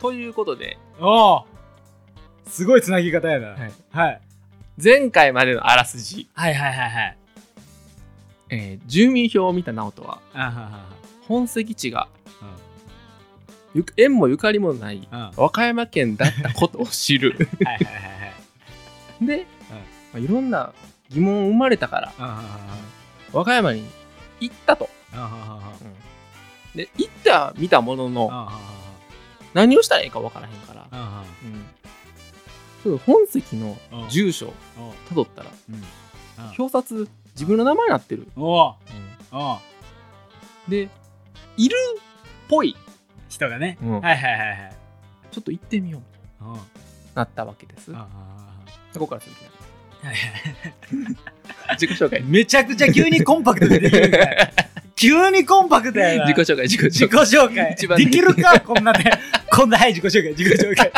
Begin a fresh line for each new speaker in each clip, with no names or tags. ということで、
おおすごいつなぎ方やな。
はい。
はい。
前回までのあらすじ、
はいはいはいはい。
えー住民票を見た直人は、
あははは
本籍地がゆか縁もゆかりもない
うん。うん。は
和歌山県だったことを知る。
いはいはいはい。
で、まあいろんな疑問生まれたから、
あははは
和歌山に行ったと。
あははは
で、行っては見たもの
あ
の、
ははは
何をしたらいいかわからへんから、
あはは
うんちょっと本籍の
うん
住所を
おう
たどったら、
うん
表札、自分の名前になってる。
おうおう
で、いるっぽい。
人がね。
うん
はいはいはいはい。
ちょっと行ってみようと
おう
なったわけです。
あははは
そこから続きます
はいはい
自己紹介。
めちゃくちゃ急にコンパクトでできるから急にコンパクトやな。
自己紹介、自己
自
紹
己
介。
紹介
一番
できるかこんな でこんなはい自己紹介自己紹介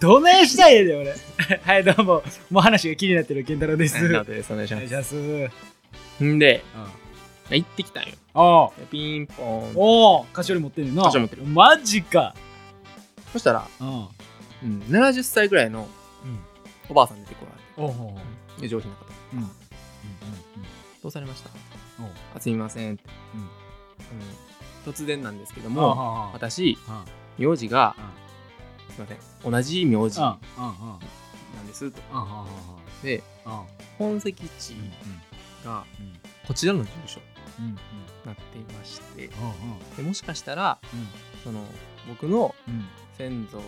どないしたいんやで俺 はいどうももう話が気になってる健太郎です
はいなの
お
でお願いしま
願いします、うん、
す。んで、行ってきたんよ。
おう
ピンポン。
おお菓子折り持ってるな
菓子折り持ってる
マジか
そしたら、
うんお
うん、70歳ぐらいの
うん
おばあさん出てこられ
おお
て、で上品な方。
うんうん
どうされました
おう
あすみません、
うん
うん突然なんですけど
うん
も、私、
あ
名字が
あ、
すみません、同じ名字
うん
な
うんうん
んですと。
うんうんうん
で、
うん
本籍地がこちらの住所に
うんうん
なっていまして、
うん
でもしかしたら、
うん
その僕の
うんうん
先祖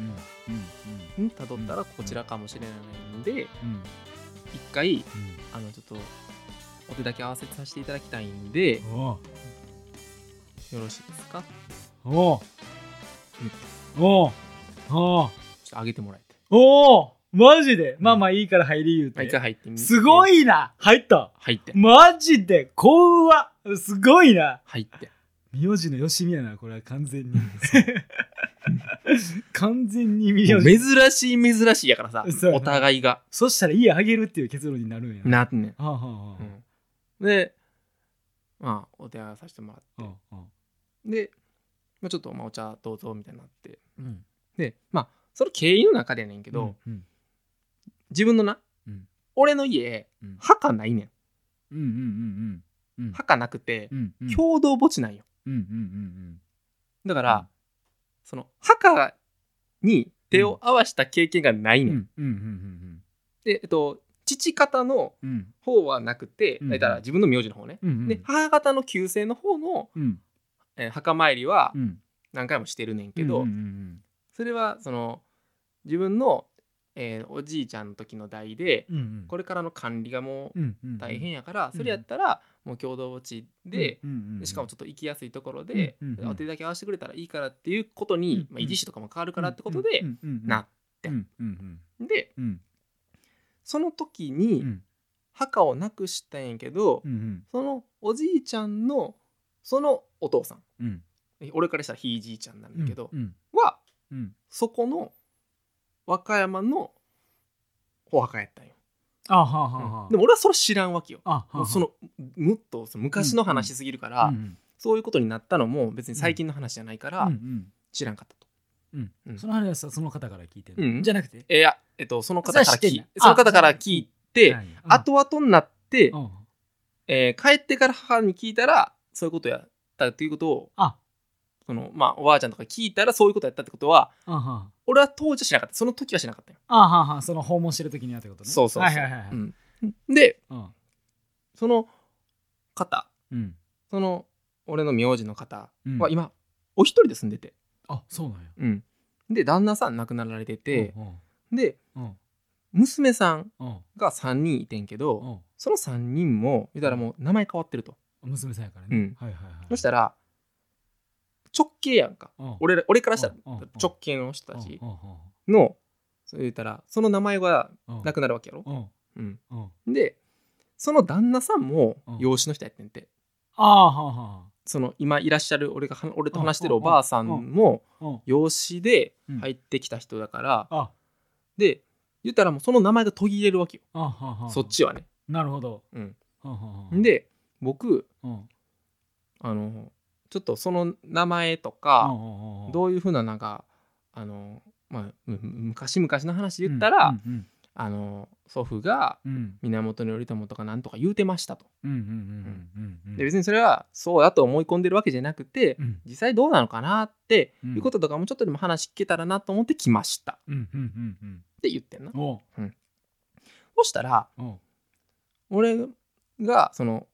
うんうん
にたどったらこちらかもしれないんで、
うん
一回、
うん
あの、ちょっと、お手だけ合わせさせていただきたいんで、よ
おう
ろしいですかちょ
おうおうおう
っと上げてもらえて。
おおマジでまあまあいいから入り言う
まあ、一
て
回。入ってみて。
すご
い
いな入った
入って。
マジで怖わすごいな
入って。
名字のよしみやな、これは完全に。完全に名
もう
字。
珍しい珍しいやからさ
そう、やな
お互いが。
そしたら家あげるっていう結論になるんや。
なってね。
はあはあはあ
うんで、まあ、お手洗いさせてもら
う
っ
ん
て。で、まあ、ちょっと、まあ、お茶どうぞみたいになって。
うん
で、まあ、その経緯の中でやねんけど、
うん
自分のな、
うん
俺の家、
うん
墓ないねん。
うんうんうんうん
墓なくて、
うんうん
共同墓地なんよ。
うんうんうん
だか、
から
その墓に手を合わした経験がない
うん
ね。
うんんうん
で、えっと、父方の
うんうん
方はなくて、
うん
だから自分の名字の方ね。
うんうん
で、母方の旧姓の方の、
うん
えー墓参りは
うん
何回もしてるねんけど、
うんうん
それはその自分の、えーおじいちゃんの時の代で、
うんうん
これからの管理がもう
うんうん
大変やから、
うん
それやったらもう共同墓地で、
うんうんうん
しかもちょっと行きやすいところで、
うんうんうん
お手だけ合わせてくれたらいいからっていうことに、
うん
まあ、維持士とかも変わるからってことで、
うんうんうん
なって
うんうん
で
うん
その時
う
に
ん
墓をなくしたんやけど、
うんうん
そのおじいちゃんのそのお父さん
うん
俺からしたらひいじいちゃんなんだけど、
うん
は
うん
そこの和歌山のお墓やったんよ、
あはあはあはあ
でも俺はそれ知らんわけよ
あはあはあ
もうそのむっとその昔の話しすぎるから、
うんうん
そういうことになったのも別に最近の話じゃないから
うん
知らんかったと、
うん
う
うんんその話はさその方から聞いてる
うん
のじゃなくて
えいや、えっと、その方から
それは知
聞
ってん
い
だあ
その方から聞いて、後々になって、
うん
えー帰ってから母に聞いたらそういうことやったっていうことを
あ
そのまあおばあちゃんとか聞いたらそういうことやったってことは
あは
俺は当時はしなかったその時はしなかったよ、
ああははその訪問してる時にはってことね
そうそうそう、
はいはいはいはい
うんで
うん
その方
うん
その俺の名字の方
うん
は今、お一人で住んでて、
あそうなんや
うんで旦那さん亡くなられてて、
うん
で
うん
娘さん
うん
が3人いてんけど、
うん
その3人も言うたらもう名前変わってると、
娘さんやから
うん
ねはいはいはい
そしたら直系やんか
うん
俺ら俺からしたら
うんうんうん
直系の人たち
うん
のそう言うたらその名前が
うんうん
なくなるわけやろ、
うん
うん、
うん
でその旦那さんも
うん
養子の人やってんて
ああはあは
その今いらっしゃる俺がは俺と話してるおばあさんも
あうん
養子で入ってきた人だから
あ
で言ったらもうその名前が途切れるわけよ
あはあはあ
そっちはね
なるほど
うん
うんうんうん
で僕
うん
あのちょっとその名前と
う
か、
んうんうん
どういうふうななんかあの、まあ、む昔々の話言ったら、
うん
あの祖父が
うんうん
源頼朝とかなんとか言うてましたと。
うんうんうんうんうん
で別にそれはそうだと思い込んでるわけじゃなくて、
うん
実際どうなのかなって
うん
いうこととかもちょっとでも話聞けたらなと思って来ましたっ
うんうんうん
て言ってんな。
うんおう
そしたら
おう
俺がその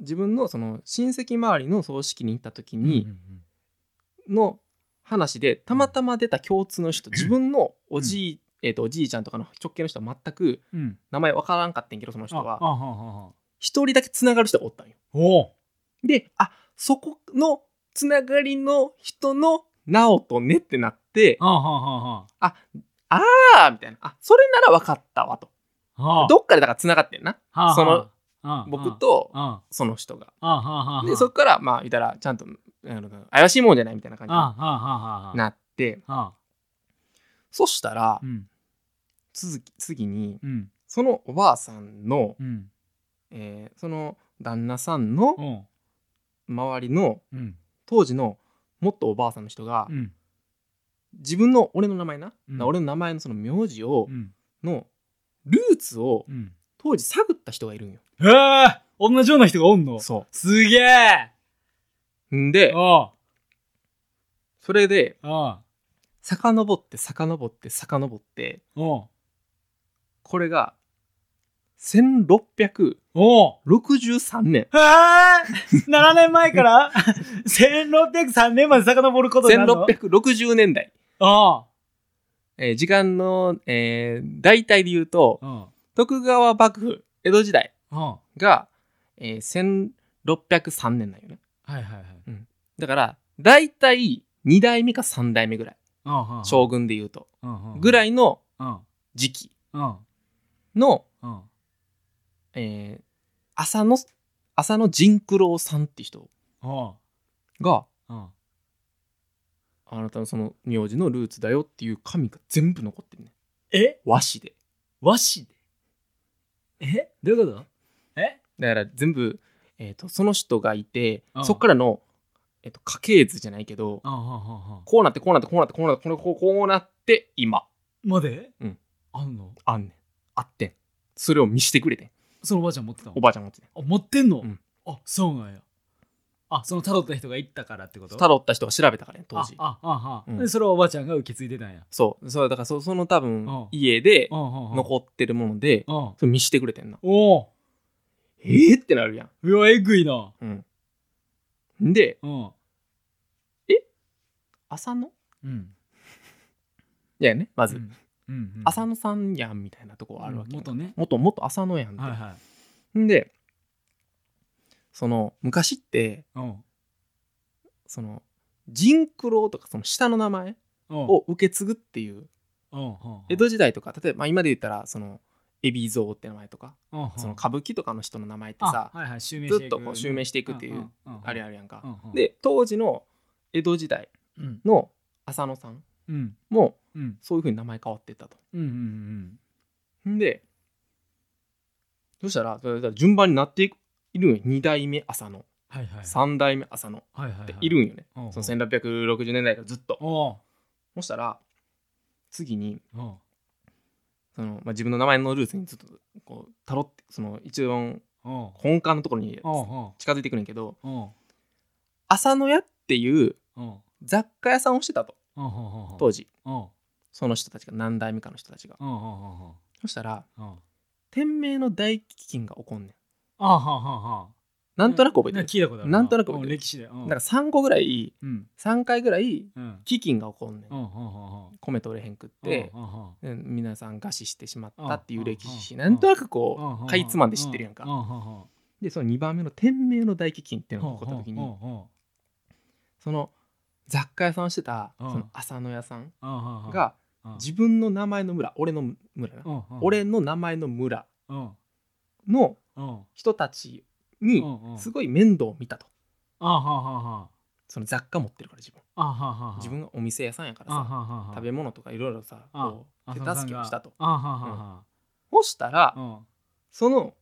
自分のその親戚周りの葬式に行った時
う
に
んうん
の話でたまたま出た共通の人自分のおじい、えー、とおじいちゃんとかの直系の人は全く
うんうん
名前わからんかったんやけどその人
あああ
は
あああ
一人だけつながる人がおったんよ。
おう
であそこのつながりの人の直人ねってなって
あああ
ああみたいなあそれなら分かったわと
ああ
どっかでだからつながってんな
あ
その
ああ
僕と
あ
その人が
あああああ
でそこからまあ言ったらちゃんとなんか怪しいもんじゃないみたいな感じ
あ
に
ああああ
なって
あ
そしたら
うん
続き次に
うん
そのおばあさんの、
うん
えーその旦那さんの
おう
周りの
うん
当時のもっとおばあさんの人が
うん
自分の俺の名前な、
うん
俺の名前のその名字を、
うん
のルーツを
うん
当時探った人がいるんよ。
へえ同じような人がおんの
そ
すげえ
んで
あ
それで
あああ
遡って遡って遡って
おう
これが1663
おう
年
えー、7年前から 1603年まで遡ることになるの
1660年代、
あ
えー時間の、えー大体で言うと
あうん
徳川幕府江戸時代
うんは
が、えー1603年なんよね
いはいはい
だから大体2代目か3代目ぐらい
うんうん
将軍で言うと
うんうん
ぐらいの
うん
時期
うん
の
うん
えー浅野浅野仁九郎さんって人
うん
が
うん
あなたのその名字のルーツだよっていう紙が全部残ってるね
え
和紙で
和紙でえ
どういうこと
え
だから全部、えー、とその人がいて
うん
そっからの、えー、と家系図じゃないけど
うんうんうんうん
こうなってこうなってこうなってこうなってこれこうこうなって今
まで
うん
あんの
あんねんあってんそれを見してくれてん
そのおばあちゃん持ってたの
おばあちゃん持ってね
あ持ってんの、
うん
あそうなんやあそのタロった人が行ったからってこと
たどった人が調べたからね当時
ああああ、
うん
でそれをおばあちゃんが受け継いでたんや
そうそうだからそその多分
うん
家で
うんうんうん
残ってるもので
うんお
それ見してくれてんな
お
えー、ってなるやん
うわえぐいな
うん。で、
うん
浅野
うん
いやね、まず、
うんうん
浅野さんやんみたいなとこあるわけ。
元ね
元、元浅野やんって。
はいはい
んで、その、昔って、
うん
その、人九郎とか、その下の名前
うん
を受け継ぐっていう、
うんうん
江戸時代とか、例えば、まあ、今で言ったら、その、海老蔵って名前とか、
うんうん
その歌舞伎とかの人の名前って
あ
さ、
はいはい襲名
ずっとこう襲名していくっていうあれ
あ
あるやんか。
で
で、当時の江戸時代
うん
の浅野さん
うん
も、
うん
そういう風に名前変わってったと。
うんうん
んでそしたらそれだから順番になっていくいるんよ2代目浅野
はいはい
3代目浅野っ
はいはいは
ているんよね、
うんうん
その1660年代からずっと、
おう
そしたら次に
おう
その、まあ、自分の名前のルーツにずっとこうたろってその一応
おう
根幹のところに
おう
近づいてくるんやけど
おうおう
浅野屋っていう
おう
雑貨屋さんをしてたと
おうおうおう
当時
おう
その人たちが何代目かの人たちが
おうおうおう
そしたら
おうおう
天明の大飢饉が起こんねん
あははは
なんとなく覚えてる、
聞いたことある
なんとなく覚えてる
うん歴史でうん
だから3個ぐらい
うん
3回ぐらい
うん
飢饉が起こんねん、
うんうんうんうん
米取れへんくって
う、んうんうん
うん皆さん餓死してしまったっていう歴史
うん
なんとなく
うんうん
こ
う
う
ん
かいつまんで知ってるやん
う
か
んうんうん
でその2番目の天明の大飢饉っていうのが
ほ
起こった時
う
に
ほうほ
その雑貨屋さんをしてたそ
うん
の浅野屋さん
ううんうんうん
が
うん
自分の名前の村俺の村な
うんうん
俺の名前の村
うん
の
うん
人たち
う
に
んうん
すごい面倒を見たと
あははは
その雑貨持ってるから自分
あははは
自分がお店屋さんやから
あ
さ
ははは
食べ物とかいろいろさ
あ
こう
あ
手
その
助けをしたと
あははは
そしたら
は
その、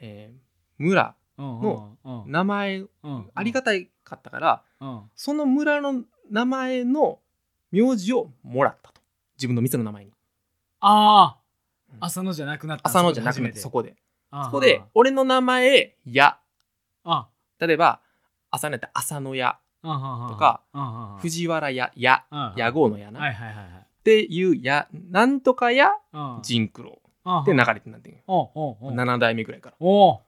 えー村
の、うん
名前
うん
ありがたいかったから
うん
その村の名前の名字をもらったと自分の店の名前に
あ
うん
あ浅野じゃなくなった
浅野じゃなくてそ
そこ
こで
初め
そこで俺の名前や
あ
例えば浅野やったら浅野屋
と
とか
富
藤原屋や屋
は
号の屋
い
な、
は
っ
いはいはい
ていうやなんとかや
うん
仁九郎
うん
って流れてなってんよ
おうおうおう
7代目ぐらいから
おう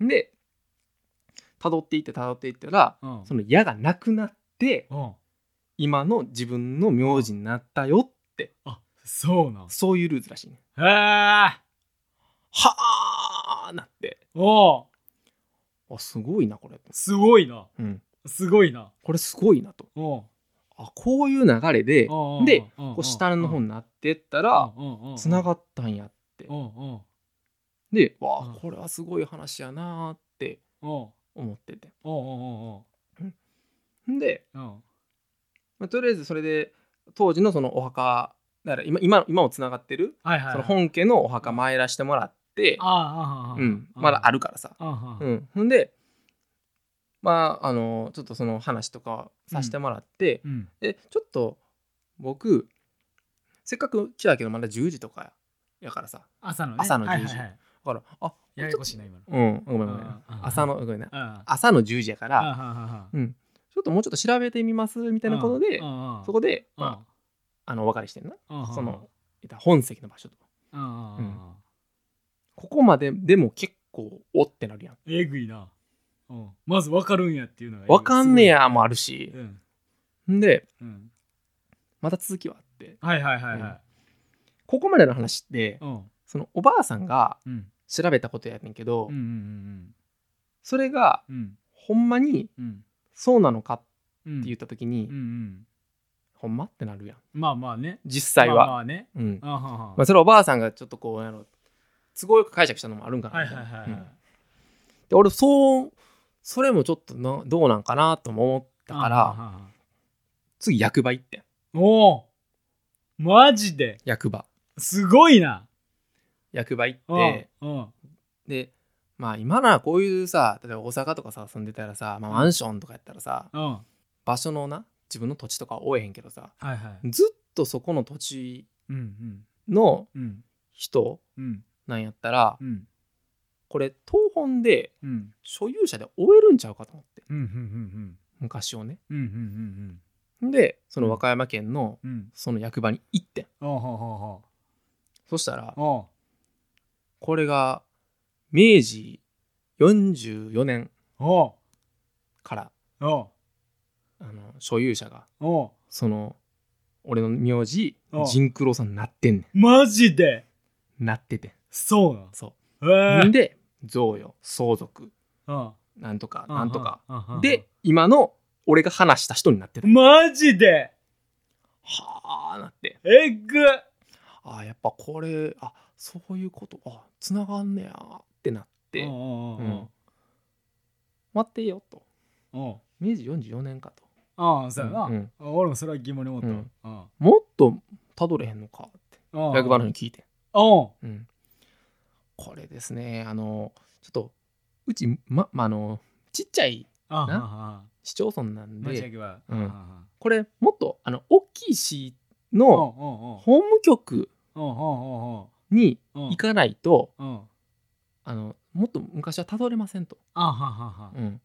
で辿っていって辿っていったら
うんうん
その矢がなくなって
うん
今の自分の名字になったよって
あそうなん
そういうルーツらしいね
へえ
はあなって
おう
あすごいなこれ、
すごいな
うん、
すごいな
これすごいなと
おう
あこういう流れで
おう
で
おうおう
こう下の方
うん
になってったら
うんうん
つながったんやって
うんうん
でわ
うん
あこれはすごい話やなーって
おう
思ってて
おうおうお
んで、
ううん
まあ、とりあえずそれで当時のそのお墓だから今今今もつながってる
はいはいはい
その本家のお墓参らしてもらって、
ああああああ
うん、まだあるからさ、
あああ
うん、ほんでまああのちょっとその話とかさせてもらって、
うん
えちょっと僕せっかく来たけどまだ10時とかやからさ
朝のね
朝の
はい
10時
はいはい
だからあ
ややこしいな今の
うんごめんごめん
うんうん
朝のごめんな
あ
朝の10時やか
あ
ら
ああ
うんちょっともうちょっと調べてみますみたいなことでそこで、まあ、あのお別れしてんなそのいた本籍の場所と
うん
ここまででも結構おってなるやん
えぐいなうんまず分かるんやっていうのがえぐい
わかんねやもあるし
すごいうん
んで
うん
また続きはあって
はいはいはいはい
ここまでの話って
うん
そのおばあさんが
うん
調べたことやねんけど、
うんうん
それが
うんうん
ほんまに
うん
そうなのかって
うん
言った時に、
うんうん
ほんまってなるやん
まあまあね
実際は、
まあまあね
うん
あああ
まあ、それおばあさんがちょっとこうやろ都合よく解釈したのもあるんか
あ
な
はい
みた
はいい
な
はい
うん
は
で俺そうそれもちょっとなどうなんかなとも思った
い
から
ら
次役場行ってん
おおマジで
役場
すごいな
役場行
うん
って
うん
でまあ今ならこういうさ例えば大阪とかさ住んでたらさ、まあ、マンションとかやったらさ
うんは
場所のな自分の土地とか追えへんけどさ
いはい
ずっとそこの土地
うん
の
うんうん
人
うん
なんやったら
うん
これ東本で
うん
所有者で終えるんちゃうかと思って
うんうんうん
昔をね
うんうんうん
でその和歌山県の
うんうん
その役場に行ってん
おうほうほうほ
そしたら
うおう
これが明治44年
おう
から
おう
あの所有者が
おう
その俺の名字
ああ
仁九郎さんになってんね
マジで
んなっててん
そ
そう
な
うん
へ
ん
え
で贈与相続
うん
なんとかなんとか
うんうんうんうん
で今の俺が話した人になってた
マジで
はあなって
えぐ
あやっぱこれあそういうことあつながんねやってなって、
うんうんうん
待ってよと
うんうん
明治44年かと
ああそうやな、
うんうん
俺もそれは疑問に思った、
うん
うん
もっとたどれへんのかって
うん
役場の人に聞いて、
お
うん、これですねあのちょっとうちままあのちっちゃい
うんな
市町村なん
マジ
で
役場
うん
うん
これもっとあの大きい市の
うん
法務局
うんうん
に
うんうんうん
行かないと、
うん
あのもっと昔はたどれませんと、
あははは
うん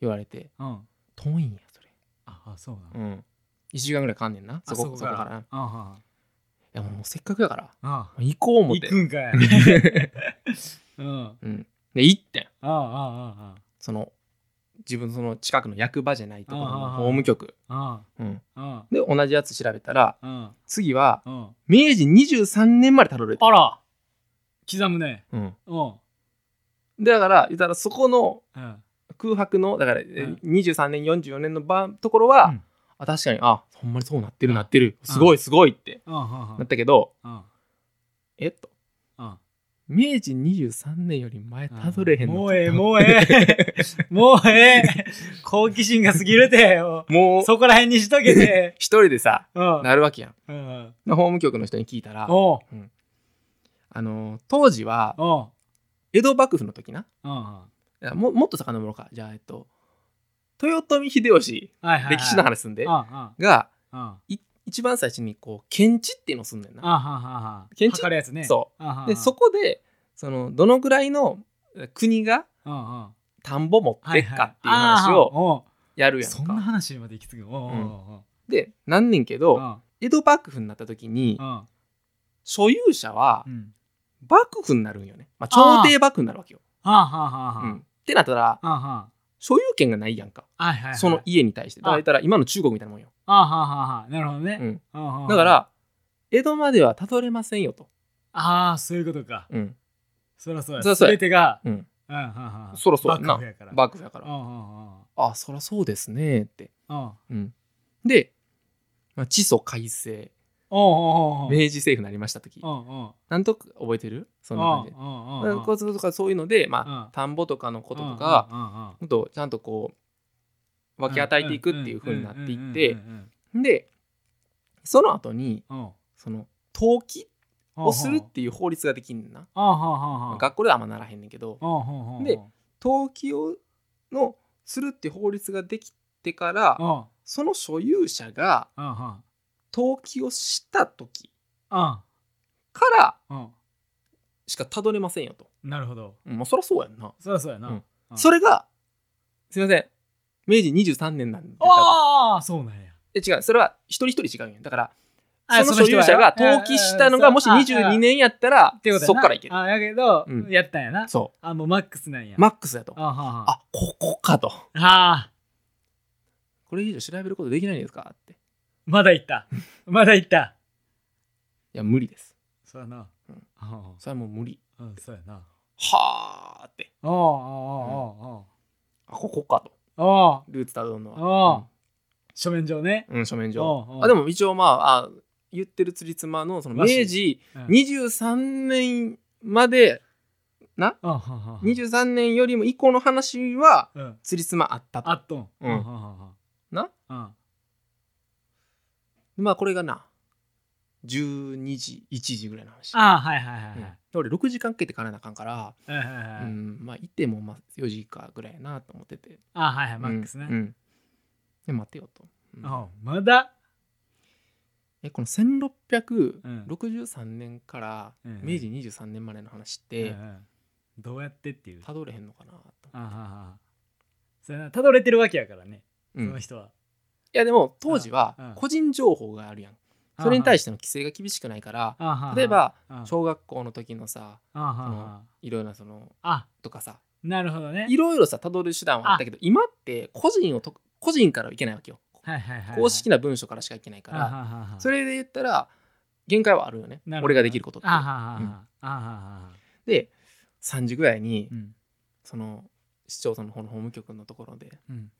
言われて
うん
遠いんやそれ、
ああそうな
うんん、1週間ぐらいかんねんなそこそこからい
あは
やもうせっかくやから
あ
行こう思っ
行
て
くんか いうんあ
うん、で行ってん
ああ
その自分その近くの役場じゃないところ
ああ
の
ああ
法務局、
ああ
うん、
あ
で同じやつ調べたら
あ
次は
うん
明治23年までたどれて
あら刻むね
うん、
うん
でだから言ったらそこの
うん
空白のだから、え
ん
23年44年の番ところは、
うん
あ確かにあほんまにそうなってるなってるすごいすごいって
うんうん
なったけど
うん
えっと
うん
明治23年より前たどれへんの
もうええもうええもうええ好奇心が過ぎるてよ
もう
そこら辺にしと けて
一人でさ
うん
なるわけやん
うん
で法務局の人に聞いたら
おう
あのー当時は
おう
江戸幕府の時な
うん
やももっと遡ろうかじゃあえっと豊臣秀吉
はいはいはい
歴史の話すんで、
うんうんうん
が
あ
一番最初にこう検知っていうのをすんねんな。
ははは
建築
測るやつね
そううでそこでそのどのぐらいの国が
うんうん
田んぼ持ってっかっていう話
はいはい
を
あ
やる
ー
やん
そんな
か。
話にまで行き着くおうおうおうおう
でなんねんけ
う
ど
ん
江戸幕府になった時に
うん
所有者は
うん
幕府になるんよね。まあ、朝廷幕府になるわけよ。
はあはあはあはあ
うん、ってなったら
はあは
所有権がないやんか
あはいはいはい
その家に対して。だから言ったら今の中国みたいなもんよ。
あはあはあはあなるほど
う
ね
ん、
うんうん
だから江戸まではたどれませんよと。
ああそういうことか
うん
そらそう
そ
や
らそうや
全てが
うん、
うんうんうんうん
そらそうやな
幕府やから
幕府やか
うんう
ら。
んうん
あそらそうですねって。
うん
うん、で、まあ、地租改正
おうおうおうおう
明治政府になりました時
うんうん
なんとなく覚えてるそんな感じで。
うんうんうんうん
こうとかそういうので、
う
ま
ん
あ、田んぼとかのこととか
うんうんうんうん
もっとちゃんとこう分け与えていくっていう風になっていって
うんうん
でその後に
うんうんうん
その登記
うん
をするっていう法律ができんねんな。
あははは
学校ではあんまならへんねんけど
あ
で登記をのするっていう法律ができてから
あ
その所有者が
あは
登記をした時
あ
から
あ
しかたどれませんよと。
なるほど
うんまあ、そりゃそうやんな。
そりゃそうやな、
うん
うん
それがすいません明治23年なんで
ああそうなんや
え違うそれは一人一人違うんよだから
あ
その所有者が登記したのがもし22年やったら
ってことやな
そっからいける
ああやけど、
うん
やったんやな
そ
あもうマックスなんや
うマックスやと
あはは
あここかと
あ
これ以上調べることできないんですかってい
まだいったまだいった
や無理です
そうやな、
うん
あ
それはもう無理
あうんそうやな
はあって
あああああ
あここかと
あああ
ルーツたどるの
あ
は
あ書面上ね
うん、うん書面上
あ
あでも一応まああ言ってるつりつまのその
らしい
明治
うん
23年まで
あはは
23年よりも以降の話は
うん
つりつまあったと
あっとん
うん
あはは
な
うん
まあこれがな12時1時ぐらいの話、
ああはいはいはいはい、
うん俺6時間かけて帰らなあかんから、
はいはいはいはい
うん、まあいてもまあ4時かぐらいやなと思ってて
あはいはいマックスね、
うんうんで待てよと、うん
あまだ、
えこの1663
うん
年から
うん
明治23年までの話っ
う
て
んうんどうやってっていう
たどれへんのかなと、
あははそれなたどれてるわけやからね、
うん
その
い
人は
やでも当時
うんう
は
ん
個人情報があるやんそれに対
し
しての規制が厳しくないから
て
例えば
あ
小学校の時のさ
あははい
ろいろなその
あ
とかさ
なるほどね
いろいろさたどる手段はあったけど今って個人をと個人からはいけないわけよ
はいはいはいはい
公式な文書からしかいけないか
あは
ら
はは
それで言ったら限界はあるよね
なるほど
俺ができることって
あはははあははは
で3時ぐらいに
うん
その市町村の方の法務局のところで
うん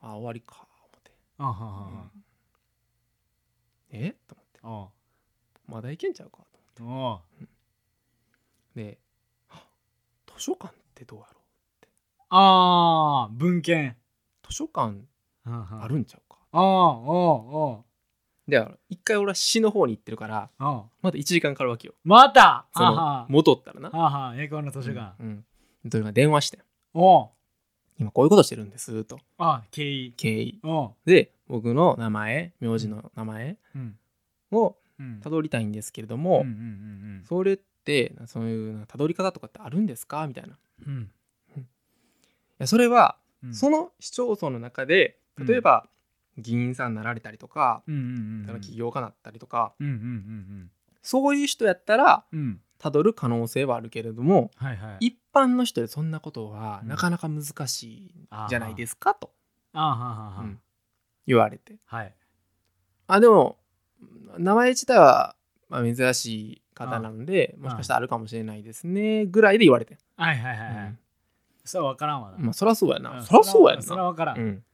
あ終わりか思って
あははは
えと思って
お
まだいけんちゃうかと思
うおう
ってであ図書館ってどうやろ
あー文献
う図書館あ
あ
るんちゃうか
あーお
で一回俺は市の方に行ってるから
うおうおう
まだ1時間かかるわけよ
また
そ
あ
の
は
戻ったらな
はあはエコの図書館
うんうん、それが電話して
おう
今こういうことしてるんですと
あ経緯
経緯
おう
で僕の名前名字の名前
うん
を
うん
たどりたいんですけれど
うん
も、
うんうん
それってそういうたどり方とかってあるんですかみたいない
うん
やそれは、
うん
その市町村の中で例えば、議員さんになられたりとか、
うんうんうんうん
起業家になったりとか
うんうん
そういう人やったら
うんうんうん
たどる可能性はあるけれども
はいはい
一般の人でそんなことは
うん
なかなか難しい
あー
じゃないですかと、
あははは
うん言われて
はい
あでも名前自体は、まあ、珍しい方なので
あ
もしかしたらあるかもしれないですねぐらいで言われて、
はいはいはいはいそう分からんわな
うんまあそりゃそうやな、
うん
そりゃそうやん
そら
な、
分からん
うん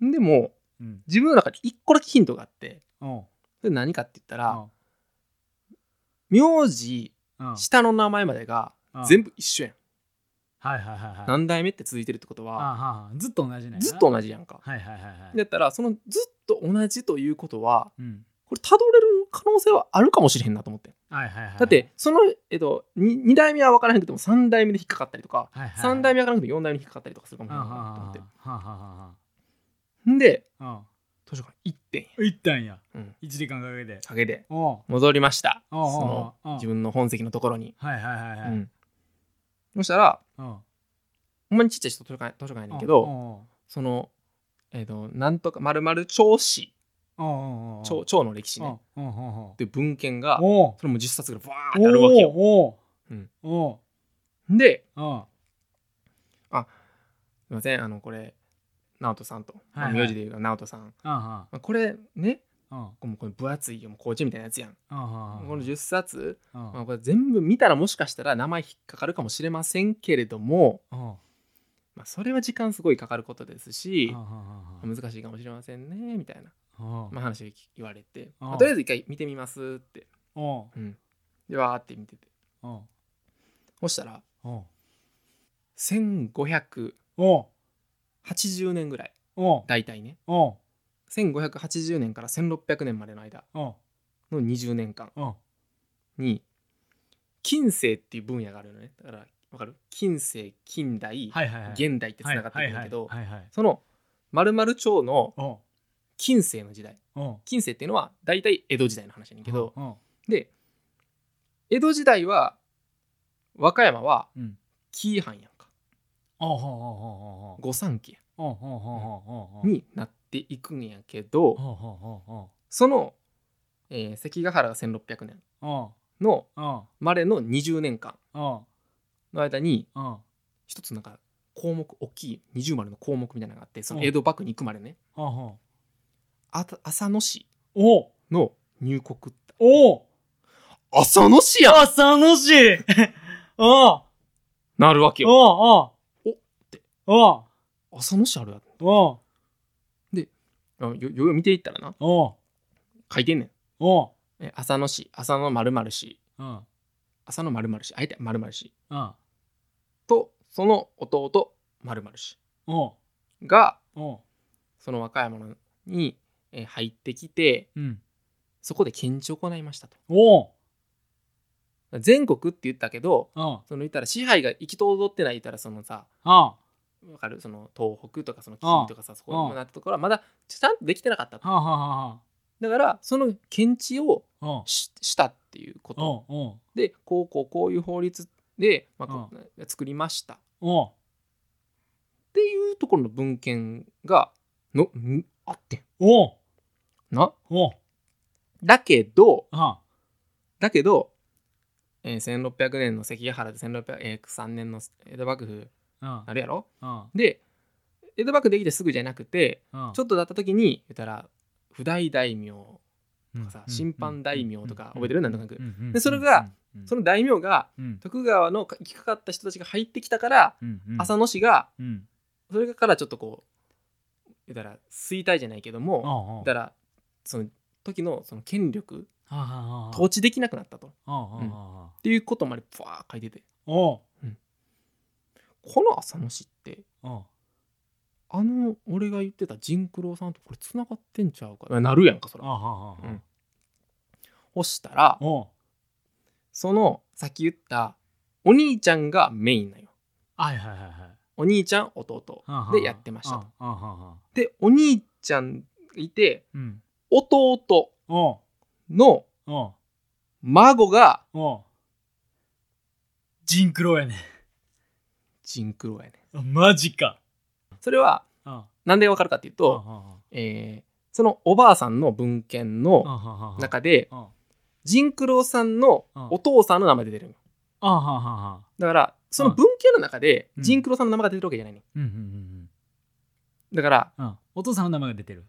うん
でも
うん
自分の中で一個だけヒントがあって
おう
それ何かって言ったら
おう
名字
うん
下の名前までが
うん
全部一緒やん
はいはいはいはい
何代目って続いてるってこと
あ
は
はずっと同じね
ずっと同じやんか
はいはいはいはい
だったらそのずっと同じということは
うん
これたどれる可能性はあるかもしれへんなと思って
はいはいはい。
だっ、てその、えっと、2, 二代目は分からなくても3代目で引っかかったりとか、
はいはい、
三3代目は分からなくても4代目に引っかかったりとかするかもし
は
れ
あ
な
はい
なと思って
あはあはあは
んで
あはあ
図書館行ってんや、
うん行ったんや。
うん、
1時間かけて。
陰で
おう
戻りましたそ
おうおう
の
おう
自分の本籍のところに、
はいはいはいはい。
うんそしたら
うん
ほんまにちっちゃい人図書館図書館やねんけど、
うん
そのえっ、となんとかまるまる長史
うんうんうん
長長の歴史ねっ
うんうんうんうん
ていう文献が
おう
それも10冊ぐらいバーってあるわけよ
おう
うん
おう
で
おう
すいませんあのこれ直人さんと、まあ
はいはい
名字で言うから直人さん、ま
うんうん
あ、これね
うんうん
こうもうこれ分厚いよもう紅茶みたいなやつやん、
うんうん
この10冊、
うん
まあ、これ全部見たらもしかしたら名前引っかかるかもしれませんけれども、
うんうん
まあ、それは時間すごいかかることですし、
うんうん
難しいかもしれませんねみたいな、
うん
まあ、話を言われて、
ああ
まあとりあえず一回見てみますって、
おう
うん、でわーって見てて
おう
そしたら
おう
1580
おう
年ぐらい
おう
大体ね
おう
1580年から1600年までの間
おう
の20年間
おう
に近世っていう分野があるのねだからわかる近世近代、
はいはいはい
現代ってつながってくるんだけど、
はいはいはい
その丸々町の
おう
近世の時代
おう
近世っていうのは大体江戸時代の話やねんけど、
うん
で江戸時代は和歌山は
うん
紀伊藩やんか
おうおうおうおうおう
御三家
おうおうおうおうおうおう
になっていくんやけど
おうおうおうおう
その、えー関ヶ原が1600年
おう
の
おう
までの20年間
おう
の間に
おう
一つなんか項目大きい二重丸の項目みたいなのがあってその江戸幕府に行くまでね
おう
あた浅野市
おう
の入国
おう
浅野市やん
朝のしおう
なるわけ
おう
よ
お
お
う
って
おう
浅野市あるやん
おう
あよよよ見ていったらな
おう
書いてんねん
おう
え浅野市浅野丸々市
うん
浅野丸々市あえて丸々市
うん
とその弟丸々氏
おう
が
おう
その和歌山のにえー入ってきて
うん
そこで検地を行いましたと
おう
全国って言ったけど
おう
その言ったら支配が行き届ってない言ったらそのさ
おう
わかるその東北とかその紀伊とかさそこにもなったところはまだちゃんとできてなかったと
はあはあは
だからその検地を
あはあ
ししたっていうこ
お
と
うおう
でこうこうこういう法律で、まあこう作りましたっ
おう
ていうところの文献がのんあって
おうん
な
おう
だけど
は
だけど、えー1600年の関ヶ原で1603年の江戸幕府
あ
あるやろ
うんうん
で江戸幕府できてすぐじゃなくて
うん
ちょっとだった時に言ったら普代大名
と
かさ審判大名とか覚えてるなんとなくで
で
それがその大名が
うん
徳川の行きかかった人たちが入ってきたから
うんうん
浅野氏が
うん
それからちょっとこう言ったら衰退じゃないけど
うん
も
うん
言ったらその時のその権力
はあはあはあ
統治できなくなったとっ
うんうんうんうん
ていうことまでふわー書いてて
おう
この浅野氏って
おう
あの俺が言ってたジンクローさんとこれ繋がってんちゃうかななるやんかそ
あ
ら
はあはあ
うんそしたら
おう
そのさっき言ったお兄ちゃんがメインなんよ
はいはいはいはい
お兄ちゃん弟
はあはあ
でやってましたと
ああはあはあ
でお兄ちゃんいて
うん
弟
おう
の
おう
孫が
おうジンクロやね
ジンクローやね
あマジか
それは
うんうん
なんでわかるかっていう
うんうん
と、えーそのおばあさんの文献
うんう
の
んうんうん
中で
うん
ジンクローさんのお父さんの名前で出てるの
あははは
だからその文献の中で
うん
ジンクロさんの名前が出てるわけじゃないね、
うんうん
だから
うんうんお父さんの名前が出てる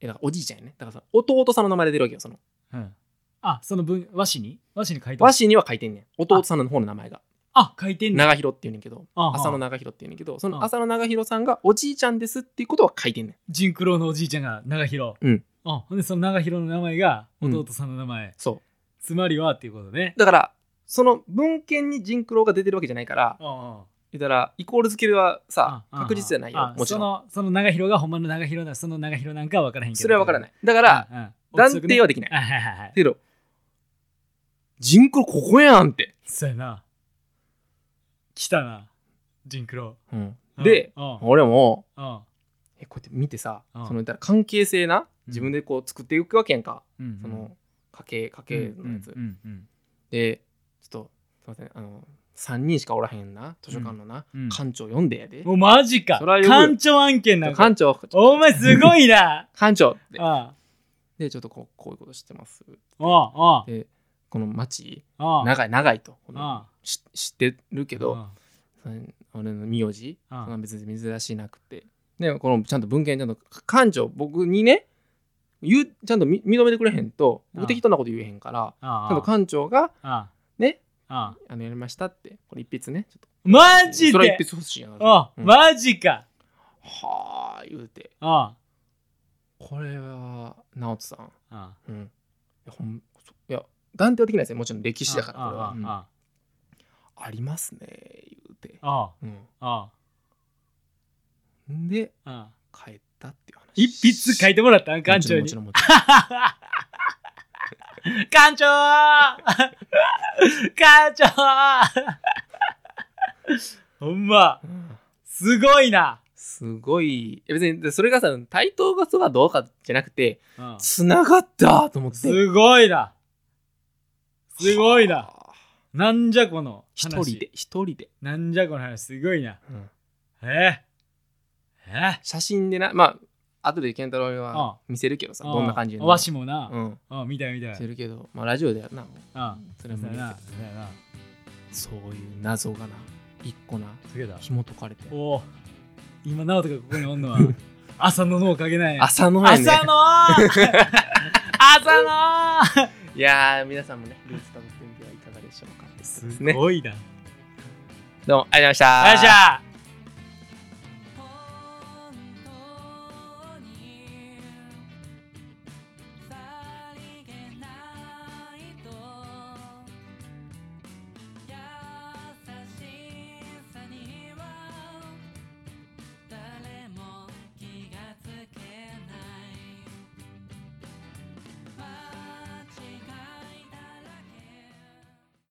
えだからおじいちゃんやねだからさ弟さんの名前で出るわけよその
うんあその文和紙に和紙に書いてあ
和
る
紙には書いてんねん弟さんの方の名前が
あ書いてんだ
長広っていうねんけど
ああ
浅野長広っていうねんけどそ
あ
の
あ
浅野長広さんがおじいちゃんですっていうことは書いてんねん
ジンクローのおじいちゃんが長広
うん
あほんでその長広の名前が
うん
弟さんの名前、
そ
つまりはっていうことね
うだからその文献に人クロが出てるわけじゃないから
あ
言ったらイコール付けは
あ
さ
ああ
確実じゃないよ
あ
もちろん
そのその長広がほんまの長広ならその長広なんかは分からへんけど
それは分からないいだから
あ
断定はできない。
はいはいはいはい
けど、ジンクロここやんって。
そうやな来たなジンクロうん
で、
うんうん
俺も、
うん
えこうやって見てさ、
うん
その言ったら関係性な、自分でこう作っていくわけやんか。
うん
その、家計、家計のやつ。
うんうん
で、ちょっと、すいません、あの、3人しかおらへんな、図書館のな、
うんうん
館長読んでやで。
もうマジか
そら呼ぶよ
館長案件なんか
館長、
お前すごいな
館長って
うんうん
で、ちょっとこうこういうことしてます。
うん
で、この町、
うん
長い、長いと。こ
う
の
ん
し知ってるけ
う
ど、
ん
その俺の名字、
うん
そんな別に珍しいなくて。で、このちゃんと文献、ちゃんと館長、僕にね、言うちゃんとみ認めてくれへんと、
う
僕
ん
適当なこと言えへんから、ちゃんと
う
館長が、
ん
ね、
うん
あのやりましたって、これ一筆ね、ちょっと
マジ
それは
で
一筆欲しいやな。
あ、
うん
マジか。
はあ言うて
あ、
これは直人さん
あ、
うんいやほんそいや断定はできないですねもちろん歴史だからこれは
あ
うん、あ
あ、
りますね言うて、
あ、
う
あ、
ん、で
あ、
帰ったっていう話
一筆書いてもらったん、館長に。
もち ろんも
館
ちろんもち
長 館長 ほんま、
ろんうん
すごいな。
すごいいや別にでそれがさ対等がそうかどうかじゃなくて
うん
つながったと思って
すごいな。すごいな。
はあ
なんじゃこの
一
話。
人で。一人で、
なんじゃこの話、すごいな。
うん
えええ
写真でなまあ後で健太郎
ああ
は見せるけどさ
あ
どんな感じでね
わしもな。
うん
うん、見たい見たい。
するけど、まあ、ラジオではな、
うん。
そ
そ
れ
う
も
や
いいけど
な。そうやな。
そういう謎がな、一個な、
すげえだ
紐解かれて。
おお今直人がここにお んのは朝の脳かけない
朝の前ね。
朝の 朝の
いやー、皆さんもね、ルーツ食べてみてはいかがでしょうか。ですね。
ごいな
どうも、ありがとうございました。
よいしょ